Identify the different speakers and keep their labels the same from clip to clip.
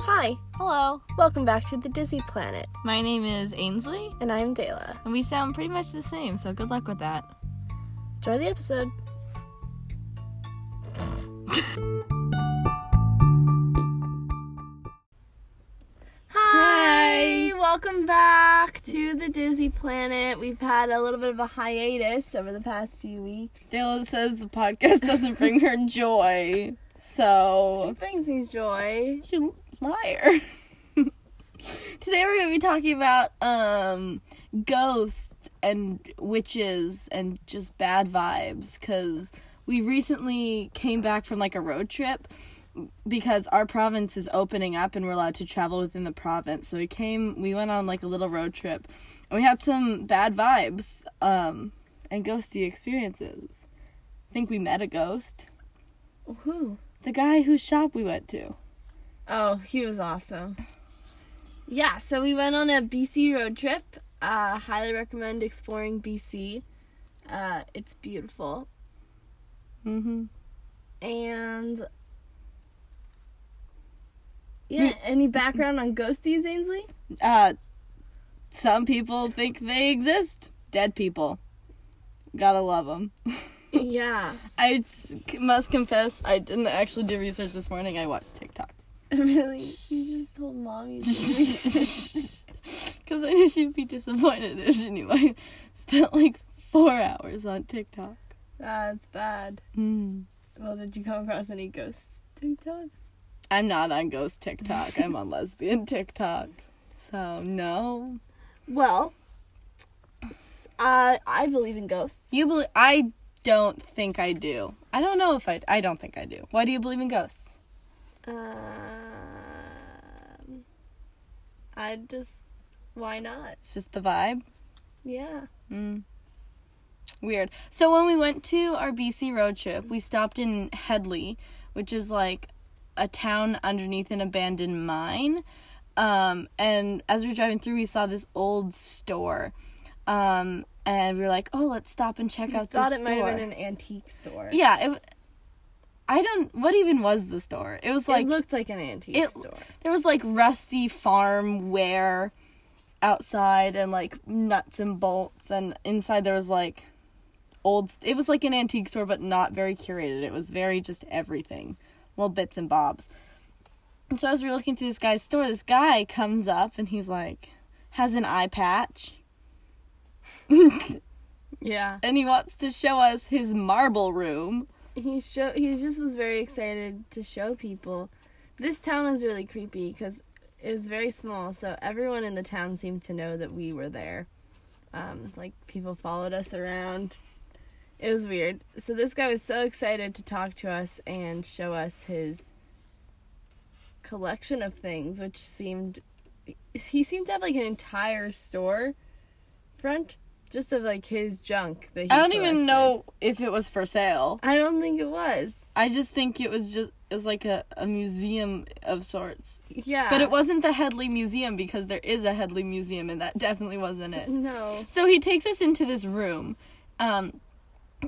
Speaker 1: Hi,
Speaker 2: Hello,
Speaker 1: welcome back to the Dizzy Planet,
Speaker 2: my name is Ainsley,
Speaker 1: and I'm Dayla.
Speaker 2: and we sound pretty much the same, so good luck with that.
Speaker 1: Enjoy the episode. Hi, welcome back to the Dizzy Planet. We've had a little bit of a hiatus over the past few weeks.
Speaker 2: Dale says the podcast doesn't bring her joy, so
Speaker 1: It brings me joy.
Speaker 2: you liar. Today we're gonna be talking about um ghosts and witches and just bad vibes because we recently came back from like a road trip because our province is opening up and we're allowed to travel within the province. So we came we went on like a little road trip and we had some bad vibes um and ghosty experiences. I think we met a ghost.
Speaker 1: Woo.
Speaker 2: The guy whose shop we went to.
Speaker 1: Oh, he was awesome. Yeah, so we went on a BC road trip. Uh, highly recommend exploring BC. Uh, it's beautiful.
Speaker 2: Mhm.
Speaker 1: And yeah, any background on ghosties, Ainsley?
Speaker 2: uh some people think they exist dead people gotta love them
Speaker 1: yeah,
Speaker 2: i s- must confess i didn't actually do research this morning i watched tiktoks
Speaker 1: really. You just told mom you
Speaker 2: because i knew she'd be disappointed if she knew i spent like four hours on tiktok
Speaker 1: That's Ah, bad.
Speaker 2: mm.
Speaker 1: Well, did you come across any ghost TikToks?
Speaker 2: i'm not on ghost tiktok i'm on lesbian tiktok so no
Speaker 1: Well, s- uh, I believe in ghosts.
Speaker 2: you believe i don't think i do i don't know if i i don't think i do why do you believe in ghosts
Speaker 1: Um, I just why not?
Speaker 2: it's just the vibe
Speaker 1: Yeah.
Speaker 2: Mm. Weird. So when we went to our BC road trip, we stopped in Headley, which is like a town underneath an abandoned mine. Um, and as we were driving through, we saw this old store. Um, and we were like, "Oh, let's stop and check out
Speaker 1: Thought
Speaker 2: this
Speaker 1: it
Speaker 2: store."
Speaker 1: might have been an antique store.
Speaker 2: yeah. It, w- I don't. What even was the store? It was like
Speaker 1: it looked like an antique
Speaker 2: it-
Speaker 1: store.
Speaker 2: there was like rusty farm ware outside and like nuts and bolts and inside there was like old st- it was like an antique store but not very curated it was very just everything little bits and bobs and so as we were looking through this guy's store this guy comes up and he's like has an eye patch
Speaker 1: Yeah.
Speaker 2: and he wants to show us his marble room
Speaker 1: He show he just was very excited to show people. This town is really creepy because it was very small, so everyone in the town seemed to know that we were there. Um, like people followed us around. It was weird. So this guy was so excited to talk to us and show us his collection of things, which seemed he seemed to have like an entire store front just of like his junk that he
Speaker 2: i don't
Speaker 1: collected.
Speaker 2: even know if it was for sale
Speaker 1: I don't think it was.
Speaker 2: i just think it was just it was like a, a museum of sorts
Speaker 1: Yeah.
Speaker 2: But it wasn't the Headley Museum because there is a Headley Museum and that definitely wasn't it.
Speaker 1: No.
Speaker 2: So he takes us into this room um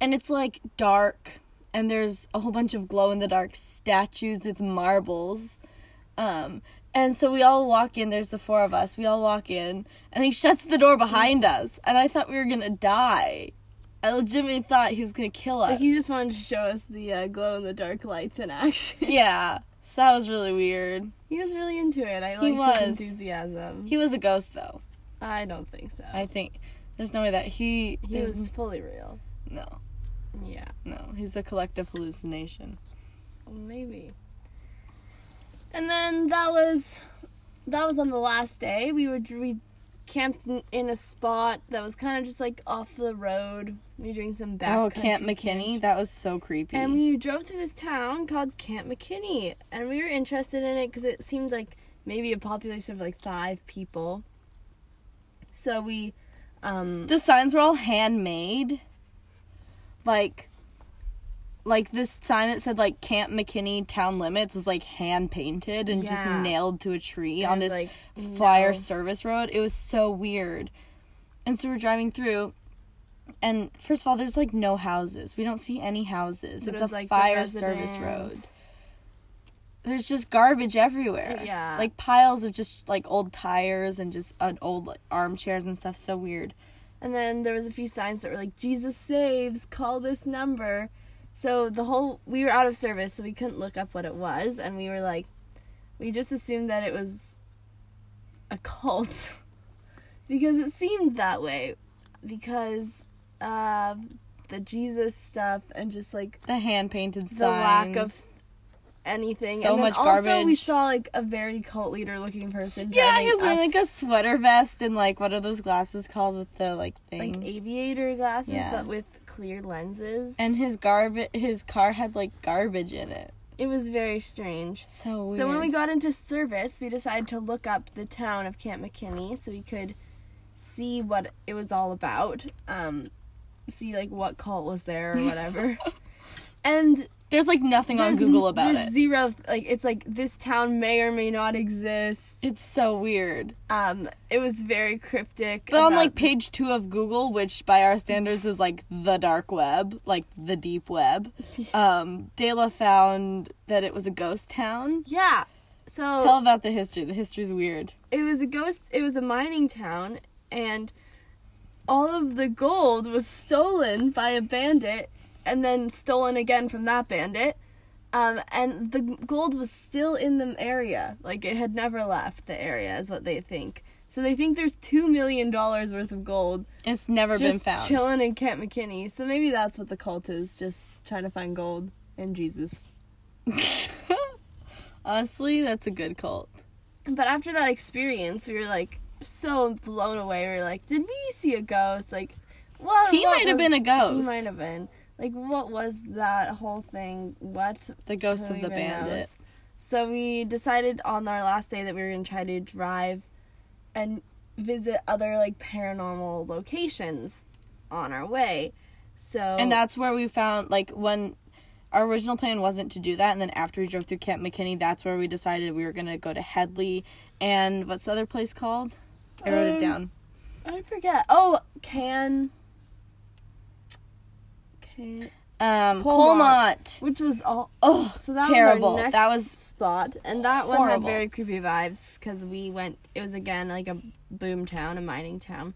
Speaker 2: and it's like dark and there's a whole bunch of glow in the dark statues with marbles. Um and so we all walk in, there's the four of us. We all walk in and he shuts the door behind us and I thought we were going to die. I legitimately thought he was going to kill us.
Speaker 1: He just wanted to show us the uh, glow in the dark lights in action.
Speaker 2: yeah. So that was really weird.
Speaker 1: he was really into it. I
Speaker 2: He
Speaker 1: liked his
Speaker 2: was.
Speaker 1: enthusiasm.
Speaker 2: He was a ghost though.
Speaker 1: I don't think so.
Speaker 2: I think there's no way that he
Speaker 1: he
Speaker 2: there's
Speaker 1: was fully real.
Speaker 2: No,
Speaker 1: Yeah.
Speaker 2: no, he's a collective hallucination.
Speaker 1: Maybe. And then that was that was on the last day. We were we camped in- in a spot that was kind of just like off the road. We were doing some back.
Speaker 2: oh, Camp McKinney, that was so creepy.
Speaker 1: And we drove through this town called Camp McKinney, and we were interested in it because it seemed like maybe a population of like five people. So we, um,
Speaker 2: the signs were all handmade, like, like this sign that said like Camp McKinney Town Limits was like hand painted and just
Speaker 1: Yeah.
Speaker 2: nailed to a tree
Speaker 1: It
Speaker 2: on
Speaker 1: was
Speaker 2: this
Speaker 1: like,
Speaker 2: flyer
Speaker 1: no.
Speaker 2: service road. It was so weird. And so we're driving through. And first of all, there's like no houses. We don't see any houses.
Speaker 1: but it
Speaker 2: it's
Speaker 1: was,
Speaker 2: a
Speaker 1: like, the
Speaker 2: fire service road.
Speaker 1: residents.
Speaker 2: there's just garbage everywhere.
Speaker 1: Uh, Yeah.
Speaker 2: Like piles of just like old tires and just uh, old like, armchairs and stuff. So weird.
Speaker 1: And then there was a few signs that were like, Jesus saves, call this number. So the whole we were out of service, so we couldn't look up what it was, and we were like we just assumed that it was a cult. because it seemed that way. Because uh the Jesus stuff and just like
Speaker 2: The hand painted
Speaker 1: the
Speaker 2: signs.
Speaker 1: lack of anything.
Speaker 2: So
Speaker 1: and then
Speaker 2: much
Speaker 1: also we
Speaker 2: garbage.
Speaker 1: saw like a very cult leader looking person.
Speaker 2: Yeah,
Speaker 1: driving
Speaker 2: he was wearing
Speaker 1: up
Speaker 2: like a sweater vest and like what are those glasses called with the like thing?
Speaker 1: like aviator glasses
Speaker 2: Yeah.
Speaker 1: but with clear lenses.
Speaker 2: and his garbage, his car had like garbage in it.
Speaker 1: It was very strange.
Speaker 2: So weird.
Speaker 1: So when we got into service, we decided to look up the town of Camp McKinney so we could see what it was all about. Um see like what cult was there or whatever. and
Speaker 2: there's like nothing on Google
Speaker 1: n-
Speaker 2: about
Speaker 1: there's
Speaker 2: it.
Speaker 1: zero like it's like this town may or may not exist.
Speaker 2: it's so weird.
Speaker 1: Um it was very cryptic.
Speaker 2: But on
Speaker 1: about-
Speaker 2: like page two of Google, which by our standards is like the dark web, like the deep web, um, De La found that it was a ghost town.
Speaker 1: Yeah. So
Speaker 2: Tell about the history. The history's weird.
Speaker 1: it was a ghost it was a mining town and all of the gold was stolen by a bandit and then stolen again from that bandit um, and the gold was still in the area like it had never left the area is what they think so they think there's two million dollars worth of gold
Speaker 2: It's never been
Speaker 1: just
Speaker 2: found.
Speaker 1: chilling in Camp McKinney. So maybe that's what the cult is, just trying to find gold and Jesus.
Speaker 2: Honestly, that's a good cult.
Speaker 1: But after that experience, we were like so blown away. We were like, did we see a ghost? Like, what?
Speaker 2: He
Speaker 1: what
Speaker 2: might have
Speaker 1: was-
Speaker 2: been a ghost.
Speaker 1: He might have been. Like, what was that whole thing? What?
Speaker 2: The ghost
Speaker 1: Who
Speaker 2: of the
Speaker 1: even
Speaker 2: bandit.
Speaker 1: knows? So we decided on our last day that we were gonna try to drive and visit other like paranormal locations on our way. So
Speaker 2: And that's where we found like when our original plan wasn't to do that, and then after we drove through Camp McKinney, that's where we decided we were gonna go to Headley and what's the other place called? I wrote it
Speaker 1: Um,
Speaker 2: down.
Speaker 1: I forget. Oh, can. Can. Colmont.
Speaker 2: Um, Colmont.
Speaker 1: Which was all
Speaker 2: Oh,
Speaker 1: so that
Speaker 2: terrible.
Speaker 1: Was our next
Speaker 2: that was
Speaker 1: spot, and that one had
Speaker 2: horrible.
Speaker 1: very creepy vibes because we went. It was again like a boom town, a mining town,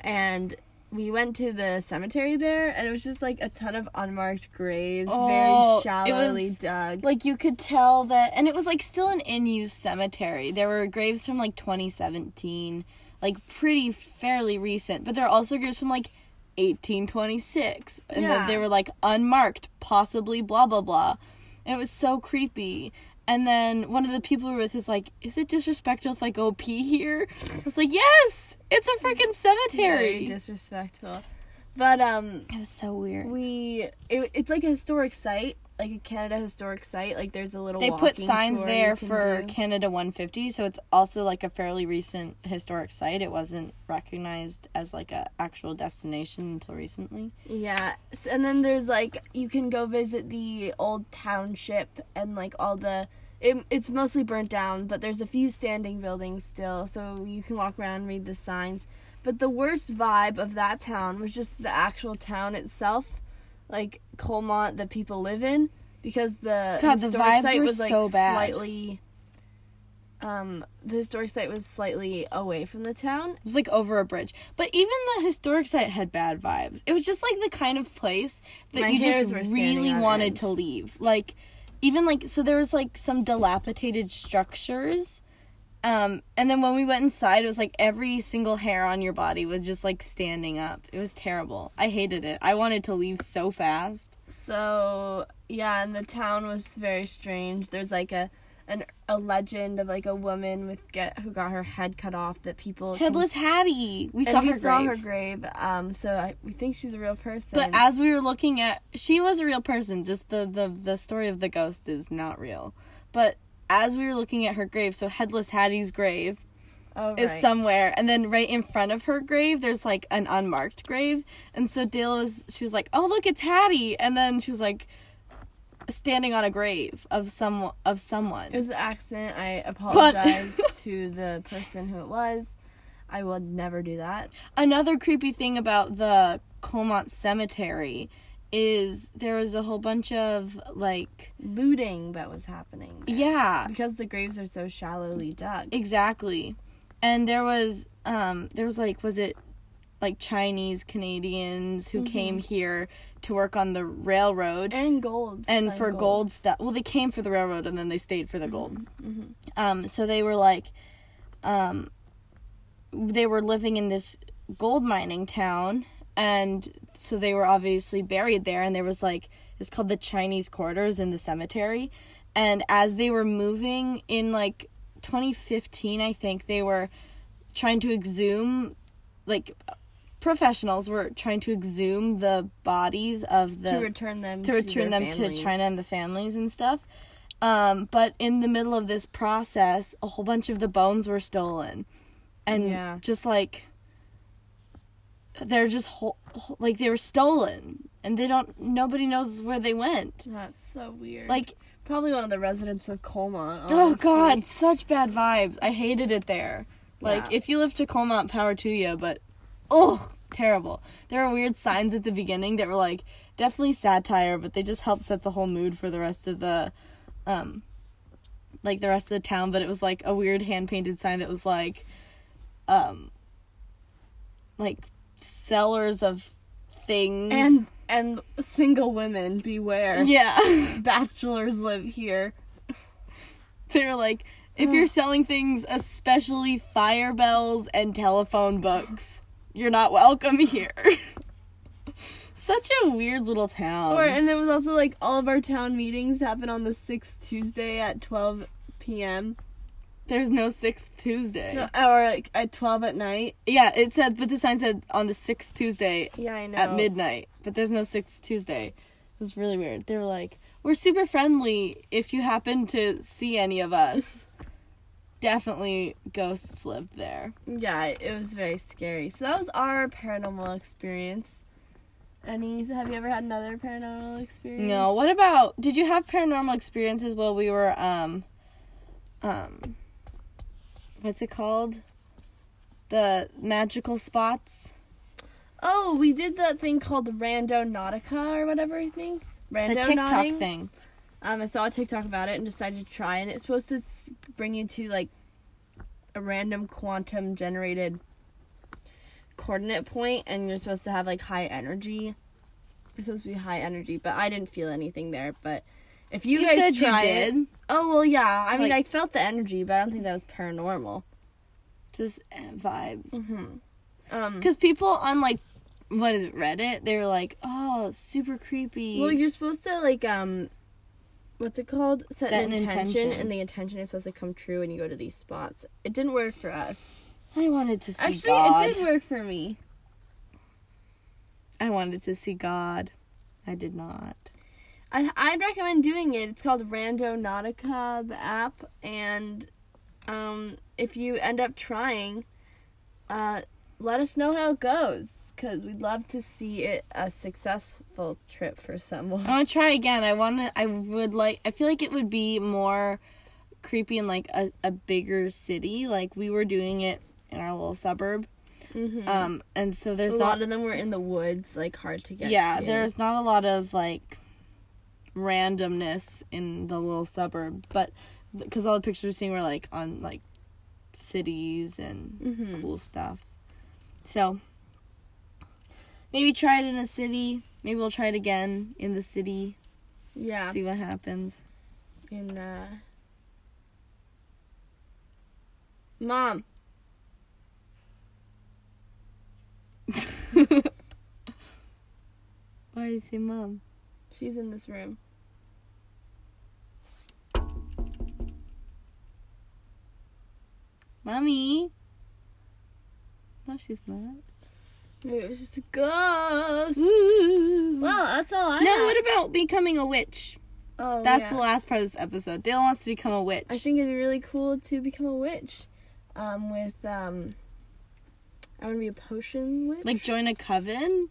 Speaker 1: and we went to the cemetery there, and it was just like a ton of unmarked graves,
Speaker 2: Oh,
Speaker 1: very
Speaker 2: it
Speaker 1: shallowly
Speaker 2: was
Speaker 1: dug.
Speaker 2: like you could tell that, and it was like still an in use cemetery. There were graves from like 2017, like pretty fairly recent, but there are also graves from like 1826, and
Speaker 1: Yeah.
Speaker 2: then they were like unmarked, possibly blah blah blah. And it was so creepy. And then one of the people we were with is like, "Is it disrespectful if I go pee here?" I was like, "Yes, it's a
Speaker 1: Very
Speaker 2: freaking cemetery."
Speaker 1: disrespectful, but um,
Speaker 2: it was so weird.
Speaker 1: we it, it's like a historic site, like a Canada historic site. Like there's a little
Speaker 2: they put
Speaker 1: walking
Speaker 2: signs
Speaker 1: tour
Speaker 2: there
Speaker 1: you can
Speaker 2: for
Speaker 1: do.
Speaker 2: Canada 150, so it's also like a fairly recent historic site. It wasn't recognized as like a actual destination until recently.
Speaker 1: Yeah, s- and then there's like you can go visit the old township and like all the it, it's mostly burnt down, but there's a few standing buildings still, so you can walk around and read the signs. But the worst vibe of that town was just the actual town itself, like Colmont that people live in, because the
Speaker 2: God, the
Speaker 1: historic
Speaker 2: vibes
Speaker 1: site
Speaker 2: were
Speaker 1: was like
Speaker 2: so bad.
Speaker 1: slightly. Um, the historic site was slightly away from the town,
Speaker 2: It was like over a bridge, but even the historic site had bad vibes. It was just like the kind of place that
Speaker 1: My
Speaker 2: you
Speaker 1: hairs
Speaker 2: just
Speaker 1: were standing
Speaker 2: really
Speaker 1: on
Speaker 2: wanted
Speaker 1: end.
Speaker 2: to leave. Like even like so there was like some dilapidated structures. Um, and then when we went inside, it was like every single hair on your body was just like standing up. It was terrible. I hated it. I wanted to leave so fast.
Speaker 1: So yeah, and the town was very strange. There's like a an a legend of like a woman with get who got her head cut off that people can-
Speaker 2: Headless Hattie. We
Speaker 1: and
Speaker 2: saw
Speaker 1: we
Speaker 2: her
Speaker 1: saw
Speaker 2: grave.
Speaker 1: her grave. Um, so I, we think she's a real person.
Speaker 2: But as we were looking at, she was a real person. Just the the the story of the ghost is not real. But as we were looking at her grave, so headless Hattie's grave
Speaker 1: oh,
Speaker 2: is
Speaker 1: right.
Speaker 2: somewhere, and then right in front of her grave, there's like an unmarked grave, and so Dale was she was like, "Oh look, it's Hattie," and then she was like, standing on a grave of some of someone.
Speaker 1: it was an accident. I apologize to the person who it was. I will never do that.
Speaker 2: another creepy thing about the Colmont Cemetery is there was a whole bunch of like
Speaker 1: looting that was happening. there.
Speaker 2: yeah,
Speaker 1: Because the graves are so shallowly dug.
Speaker 2: exactly. And there was um there was like was it like Chinese Canadians who came here to work on the railroad
Speaker 1: and gold.
Speaker 2: and
Speaker 1: Find
Speaker 2: for gold. stuff. Well, they came for the railroad and then they stayed for the gold.
Speaker 1: Mm-hmm.
Speaker 2: Um, so they were like, um, they were living in this gold mining town, and so they were obviously buried there. And there was like it's called the Chinese quarters in the cemetery, and as they were moving in like 2015, I think they were trying to exhume, like. Professionals were trying to exhume the bodies of the
Speaker 1: To return them
Speaker 2: to return
Speaker 1: their
Speaker 2: them
Speaker 1: families.
Speaker 2: to China and the families and stuff. Um, but in the middle of this process, a whole bunch of the bones were stolen, and
Speaker 1: Yeah.
Speaker 2: just like they're just whole, like they were stolen, and they don't. Nobody knows where they went.
Speaker 1: That's so weird.
Speaker 2: Like,
Speaker 1: probably one of the residents of Colmont.
Speaker 2: oh
Speaker 1: honestly.
Speaker 2: god, such bad vibes. I hated it there. Like,
Speaker 1: Yeah.
Speaker 2: if you live to Colmont, power to you, but oh, terrible. There were weird signs at the beginning that were like definitely satire, but they just helped set the whole mood for the rest of the, um, like the rest of the town. But it was like a weird hand painted sign that was like, um, like sellers of things
Speaker 1: And and single women beware.
Speaker 2: yeah.
Speaker 1: Bachelors live here.
Speaker 2: they were like, if you're selling things, especially fire bells and telephone books, you're not welcome here. Such a weird little town.
Speaker 1: Or and there was also like all of our town meetings happen on the sixth Tuesday at twelve p.m.
Speaker 2: There's no sixth Tuesday.
Speaker 1: No, or like at twelve at night.
Speaker 2: Yeah, it said, but the sign said on the sixth Tuesday
Speaker 1: Yeah, I know.
Speaker 2: at midnight, but there's no sixth Tuesday. It was really weird. They were like, we're super friendly if you happen to see any of us. Definitely ghosts lived there.
Speaker 1: Yeah, it was very scary. So that was our paranormal experience. Any? Have you ever had another paranormal experience?
Speaker 2: No. What about? Did you have paranormal experiences while we were um, um, what's it called? The magical spots.
Speaker 1: Oh, we did that thing called Rando Nautica or whatever I think. Rando
Speaker 2: the TikTok
Speaker 1: nodding.
Speaker 2: thing.
Speaker 1: Um, I saw a TikTok about it and decided to try, and it's supposed to s- bring you to like a random quantum generated coordinate point, and you're supposed to have like high energy. It's supposed to be high energy, but I didn't feel anything there. But if you,
Speaker 2: You
Speaker 1: guys
Speaker 2: said you
Speaker 1: try it,
Speaker 2: did.
Speaker 1: oh well, yeah. I mean,
Speaker 2: Like-
Speaker 1: I felt the energy, but I don't think that was paranormal.
Speaker 2: Just eh, vibes.
Speaker 1: Mm-hmm. Um,
Speaker 2: Because people on like, what is it, Reddit? They were like, oh, super creepy.
Speaker 1: Well, you're supposed to like um, what's it called? Set, an, intention, and the intention is supposed to come true, and you go to these spots. It didn't work for us.
Speaker 2: I wanted to see
Speaker 1: Actually,
Speaker 2: God.
Speaker 1: it did work for me.
Speaker 2: I wanted to see God. I did not.
Speaker 1: I'd, I'd recommend doing it. It's called Rando Nautica, the app, and um, if you end up trying, uh, let us know how it goes because we'd love to see it a successful trip for someone.
Speaker 2: I want to try again. I want to. I would like. I feel like it would be more creepy in like a, a bigger city. Like we were doing it in our little suburb.
Speaker 1: Uh,
Speaker 2: Um, and
Speaker 1: Mm-hmm.
Speaker 2: so
Speaker 1: A
Speaker 2: there's not.
Speaker 1: lot of them were in the woods, like hard to get.
Speaker 2: yeah,
Speaker 1: to.
Speaker 2: there's not a lot of like randomness in the little suburb, but because all the pictures we're seeing were like on like cities and
Speaker 1: Mm-hmm.
Speaker 2: cool stuff. So maybe try it in a city. Maybe we'll try it again in the city.
Speaker 1: yeah.
Speaker 2: See what happens.
Speaker 1: in uh Mom.
Speaker 2: Why do you say mom?
Speaker 1: She's in this room.
Speaker 2: Mommy. No, she's not.
Speaker 1: Maybe it was just a ghost.
Speaker 2: Well,
Speaker 1: Well, that's all I
Speaker 2: no,
Speaker 1: had.
Speaker 2: what about becoming a witch?
Speaker 1: Oh,
Speaker 2: That's
Speaker 1: yeah.
Speaker 2: the last part of this episode. Dale wants to become a witch.
Speaker 1: I think it'd be really cool to become a witch. Um with um I want to be a potion witch.
Speaker 2: like join a coven?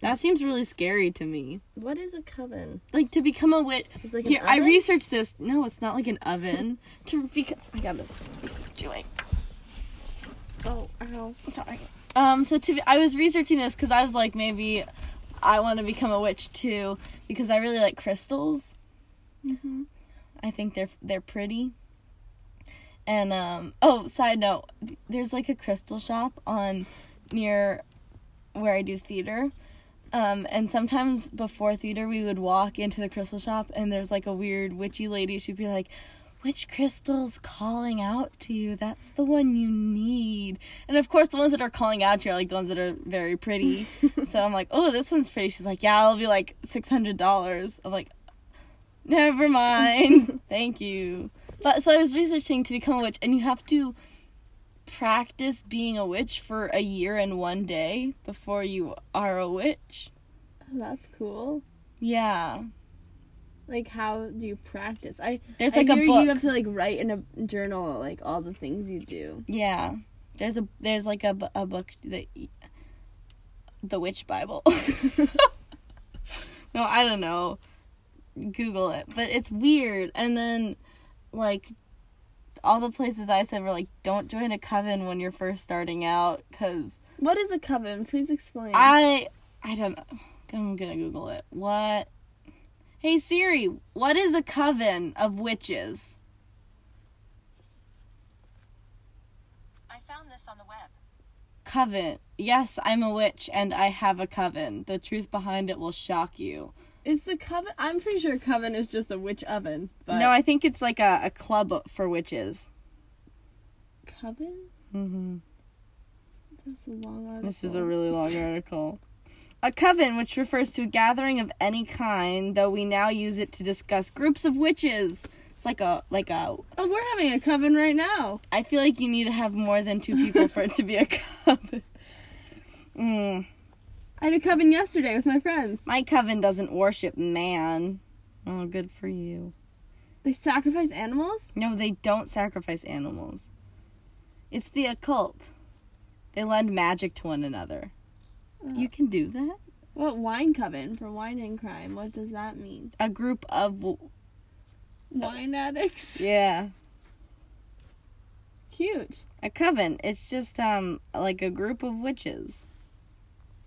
Speaker 2: That seems really scary to me.
Speaker 1: what is a coven?
Speaker 2: Like to become a witch.
Speaker 1: It's like an
Speaker 2: Here, I
Speaker 1: oven?
Speaker 2: researched this. No, it's not like an oven. to become, I got this. This is doing.
Speaker 1: Oh, ow. Oh,
Speaker 2: Sorry. Um. So to be, I was researching this because I was like maybe I want to become a witch too because I really like crystals.
Speaker 1: Mhm.
Speaker 2: I think they're they're pretty. And um oh, side note, there's like a crystal shop on near where I do theater. Um and sometimes before theater we would walk into the crystal shop and there's like a weird witchy lady she'd be like which crystal's calling out to you? That's the one you need. And of course, the ones that are calling out to you are like the ones that are very pretty. so I'm like, oh, this one's pretty. She's like, yeah, it'll be like $600. I'm like, Never mind. Thank you. But so I was researching to become a witch, and you have to practice being a witch for a year and one day before you are a witch.
Speaker 1: That's cool.
Speaker 2: Yeah.
Speaker 1: Like, how do you practice? I
Speaker 2: There's
Speaker 1: I
Speaker 2: like a
Speaker 1: hear
Speaker 2: book.
Speaker 1: You have to like write in a journal like all the things you do.
Speaker 2: Yeah. There's a there's like a, bu- a book that y- the witch bible. no, I don't know. Google it. But it's weird. And then like all the places I said were like don't join a coven when you're first starting out cuz
Speaker 1: What is a coven? Please explain.
Speaker 2: I I don't know. I'm gonna Google it. What? Hey Siri, what is a coven of witches?
Speaker 3: I found this on the web.
Speaker 2: Coven. Yes, I'm a witch and I have a coven. The truth behind it will shock you.
Speaker 1: is the coven? I'm pretty sure coven is just a witch oven. But
Speaker 2: No, I think it's like a, a club for witches.
Speaker 1: coven.
Speaker 2: Mm-hmm.
Speaker 1: This is a long article.
Speaker 2: This is a really long article. A coven, which refers to a gathering of any kind, though we now use it to discuss groups of witches. It's like a like a
Speaker 1: Oh, we're having a coven right now.
Speaker 2: I feel like you need to have more than two people for it to be a coven. Mm.
Speaker 1: I had a coven yesterday with my friends.
Speaker 2: My coven doesn't worship man. Oh, good for you.
Speaker 1: They sacrifice animals.
Speaker 2: No, they don't sacrifice animals. It's the occult. They lend magic to one another. You can do that?
Speaker 1: What wine coven for wine and crime? What does that mean?
Speaker 2: A group of. w-
Speaker 1: Wine addicts.
Speaker 2: Yeah.
Speaker 1: Cute.
Speaker 2: A coven. It's just, um, like a group of witches.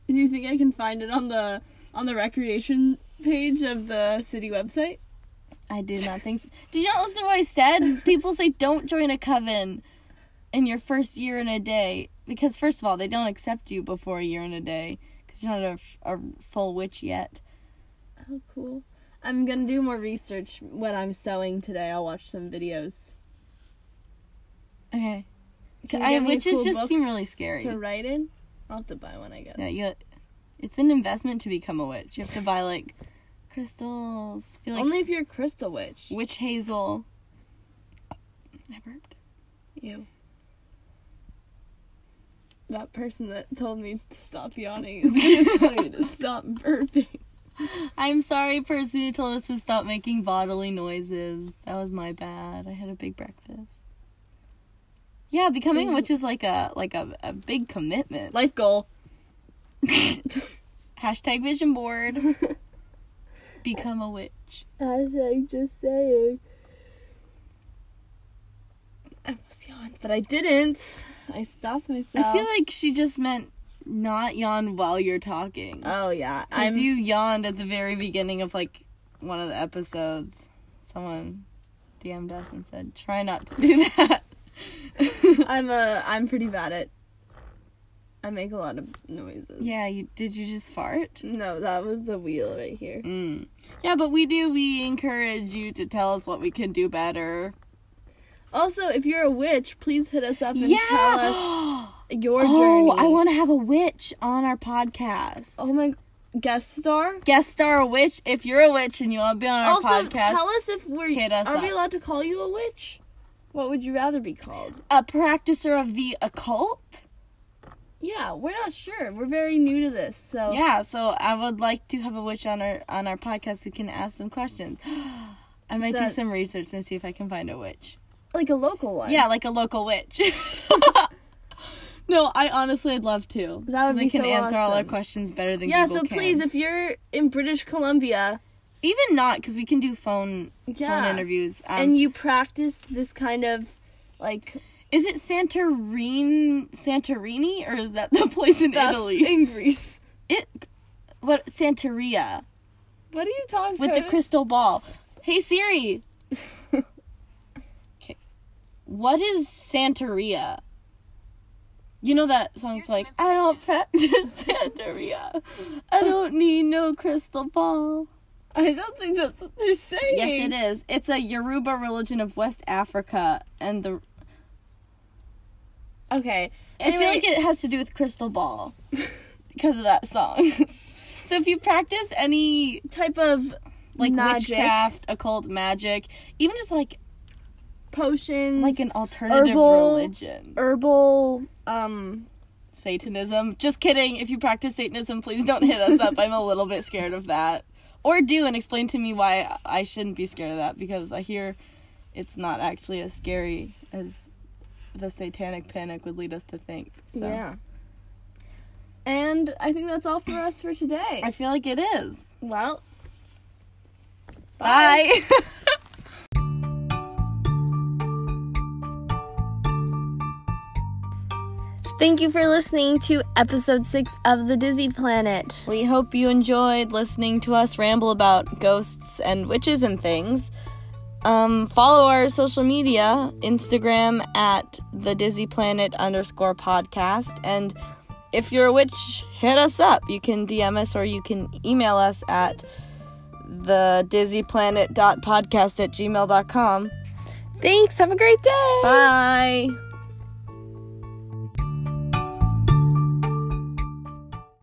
Speaker 1: Do you think I can find it on the on the recreation page of the city website?
Speaker 2: I do not think so. Did you not listen to what I said? People say don't join a coven in your first year and a day because first of all, they don't accept you before a year and a day because you're not a, f- a full witch yet.
Speaker 1: Oh, cool. I'm gonna do more research when I'm sewing today. I'll watch some videos
Speaker 2: Okay.
Speaker 1: Can you
Speaker 2: I,
Speaker 1: get me a
Speaker 2: witches
Speaker 1: cool
Speaker 2: just
Speaker 1: book
Speaker 2: seem really scary.
Speaker 1: to write in. I'll have to buy one, I guess.
Speaker 2: Yeah, you, it's an investment to become a witch. You have to buy like crystals. Feel like
Speaker 1: Only if you're a crystal witch.
Speaker 2: witch hazel. I burped.
Speaker 1: You. That person that told me to stop yawning is gonna tell you to stop burping.
Speaker 2: I'm sorry, person who told us to stop making bodily noises. That was my bad. I had a big breakfast. Yeah, becoming a
Speaker 1: There's-
Speaker 2: witch is like a like a, a big commitment. Like
Speaker 1: Life goal.
Speaker 2: hashtag vision board. Become a witch.
Speaker 1: Hashtag just saying. I almost yawned, but I didn't. I stopped myself.
Speaker 2: I feel like she just meant not yawn while you're talking.
Speaker 1: Oh yeah,
Speaker 2: Because
Speaker 1: I'm.
Speaker 2: you yawned at the very beginning of like one of the episodes. Someone DM'd us and said, "Try not to do that."
Speaker 1: I'm a. I'm pretty bad at. I make a lot of noises.
Speaker 2: yeah, you did. You just fart.
Speaker 1: No, that was the wheel right here.
Speaker 2: Mm. Yeah, but we do. We encourage you to tell us what we can do better.
Speaker 1: Also, if you're a witch, please hit us up and
Speaker 2: yeah.
Speaker 1: tell us your journey.
Speaker 2: oh, I want to have a witch on our podcast.
Speaker 1: Oh my guest star.
Speaker 2: Guest star a witch. If you're a witch and you want to be on our
Speaker 1: also,
Speaker 2: podcast,
Speaker 1: tell us if we're.
Speaker 2: hit us
Speaker 1: are we
Speaker 2: up.
Speaker 1: allowed to call you a witch? What would you rather be called?
Speaker 2: a practicer of the occult.
Speaker 1: Yeah, we're not sure. We're very new to this, so
Speaker 2: Yeah, so I would like to have a witch on our on our podcast who can ask some questions. I might do
Speaker 1: That-
Speaker 2: some research and see if I can find a witch.
Speaker 1: like a local one.
Speaker 2: Yeah, like a local witch. no, I honestly would love to.
Speaker 1: That
Speaker 2: so
Speaker 1: would
Speaker 2: they
Speaker 1: be
Speaker 2: can
Speaker 1: so
Speaker 2: answer all our
Speaker 1: awesome.
Speaker 2: questions better than
Speaker 1: Yeah.
Speaker 2: Google
Speaker 1: So
Speaker 2: can.
Speaker 1: please, if you're in British Columbia,
Speaker 2: even not because we can do phone
Speaker 1: Yeah.
Speaker 2: phone interviews. Um,
Speaker 1: and you practice this kind of like
Speaker 2: is it Santorini, Santorini, or is that the place in Italy?
Speaker 1: in Greece.
Speaker 2: It what Santeria
Speaker 1: What are you talking
Speaker 2: with the
Speaker 1: Jordan?
Speaker 2: crystal ball. Hey Siri.
Speaker 1: 'Kay.
Speaker 2: What is Santeria? You know that
Speaker 3: Here's
Speaker 2: song's
Speaker 3: some
Speaker 2: like, I don't practice Santeria. I don't need no crystal ball.
Speaker 1: I don't think that's what they're saying.
Speaker 2: Yes, it is. It's a Yoruba religion of West Africa, and the
Speaker 1: Okay.
Speaker 2: I feel like it has to do with crystal ball because of that song. so if you practice any type of like
Speaker 1: Magic.
Speaker 2: witchcraft, occult magic, even just like
Speaker 1: potions,
Speaker 2: like an alternative
Speaker 1: Herbal-
Speaker 2: religion,
Speaker 1: herbal, um,
Speaker 2: Satanism. Just kidding. If you practice Satanism, please don't hit us up. I'm a little bit scared of that. Or do and explain to me why I shouldn't be scared of that because I hear it's not actually as scary as the satanic panic would lead us to think. So
Speaker 1: yeah. And I think that's all for us for today.
Speaker 2: I feel like it is.
Speaker 1: Well,
Speaker 2: Bye.
Speaker 1: thank you for listening to episode six of The Dizzy Planet.
Speaker 2: We hope you enjoyed listening to us ramble about ghosts and witches and things. Um, follow our social media Instagram at the Dizzy Planet underscore podcast. And if you're a witch, hit us up. You can DM us or you can email us at the dizzyplanet.podcast at gmail.com.
Speaker 1: Thanks. Have a great day.
Speaker 2: Bye.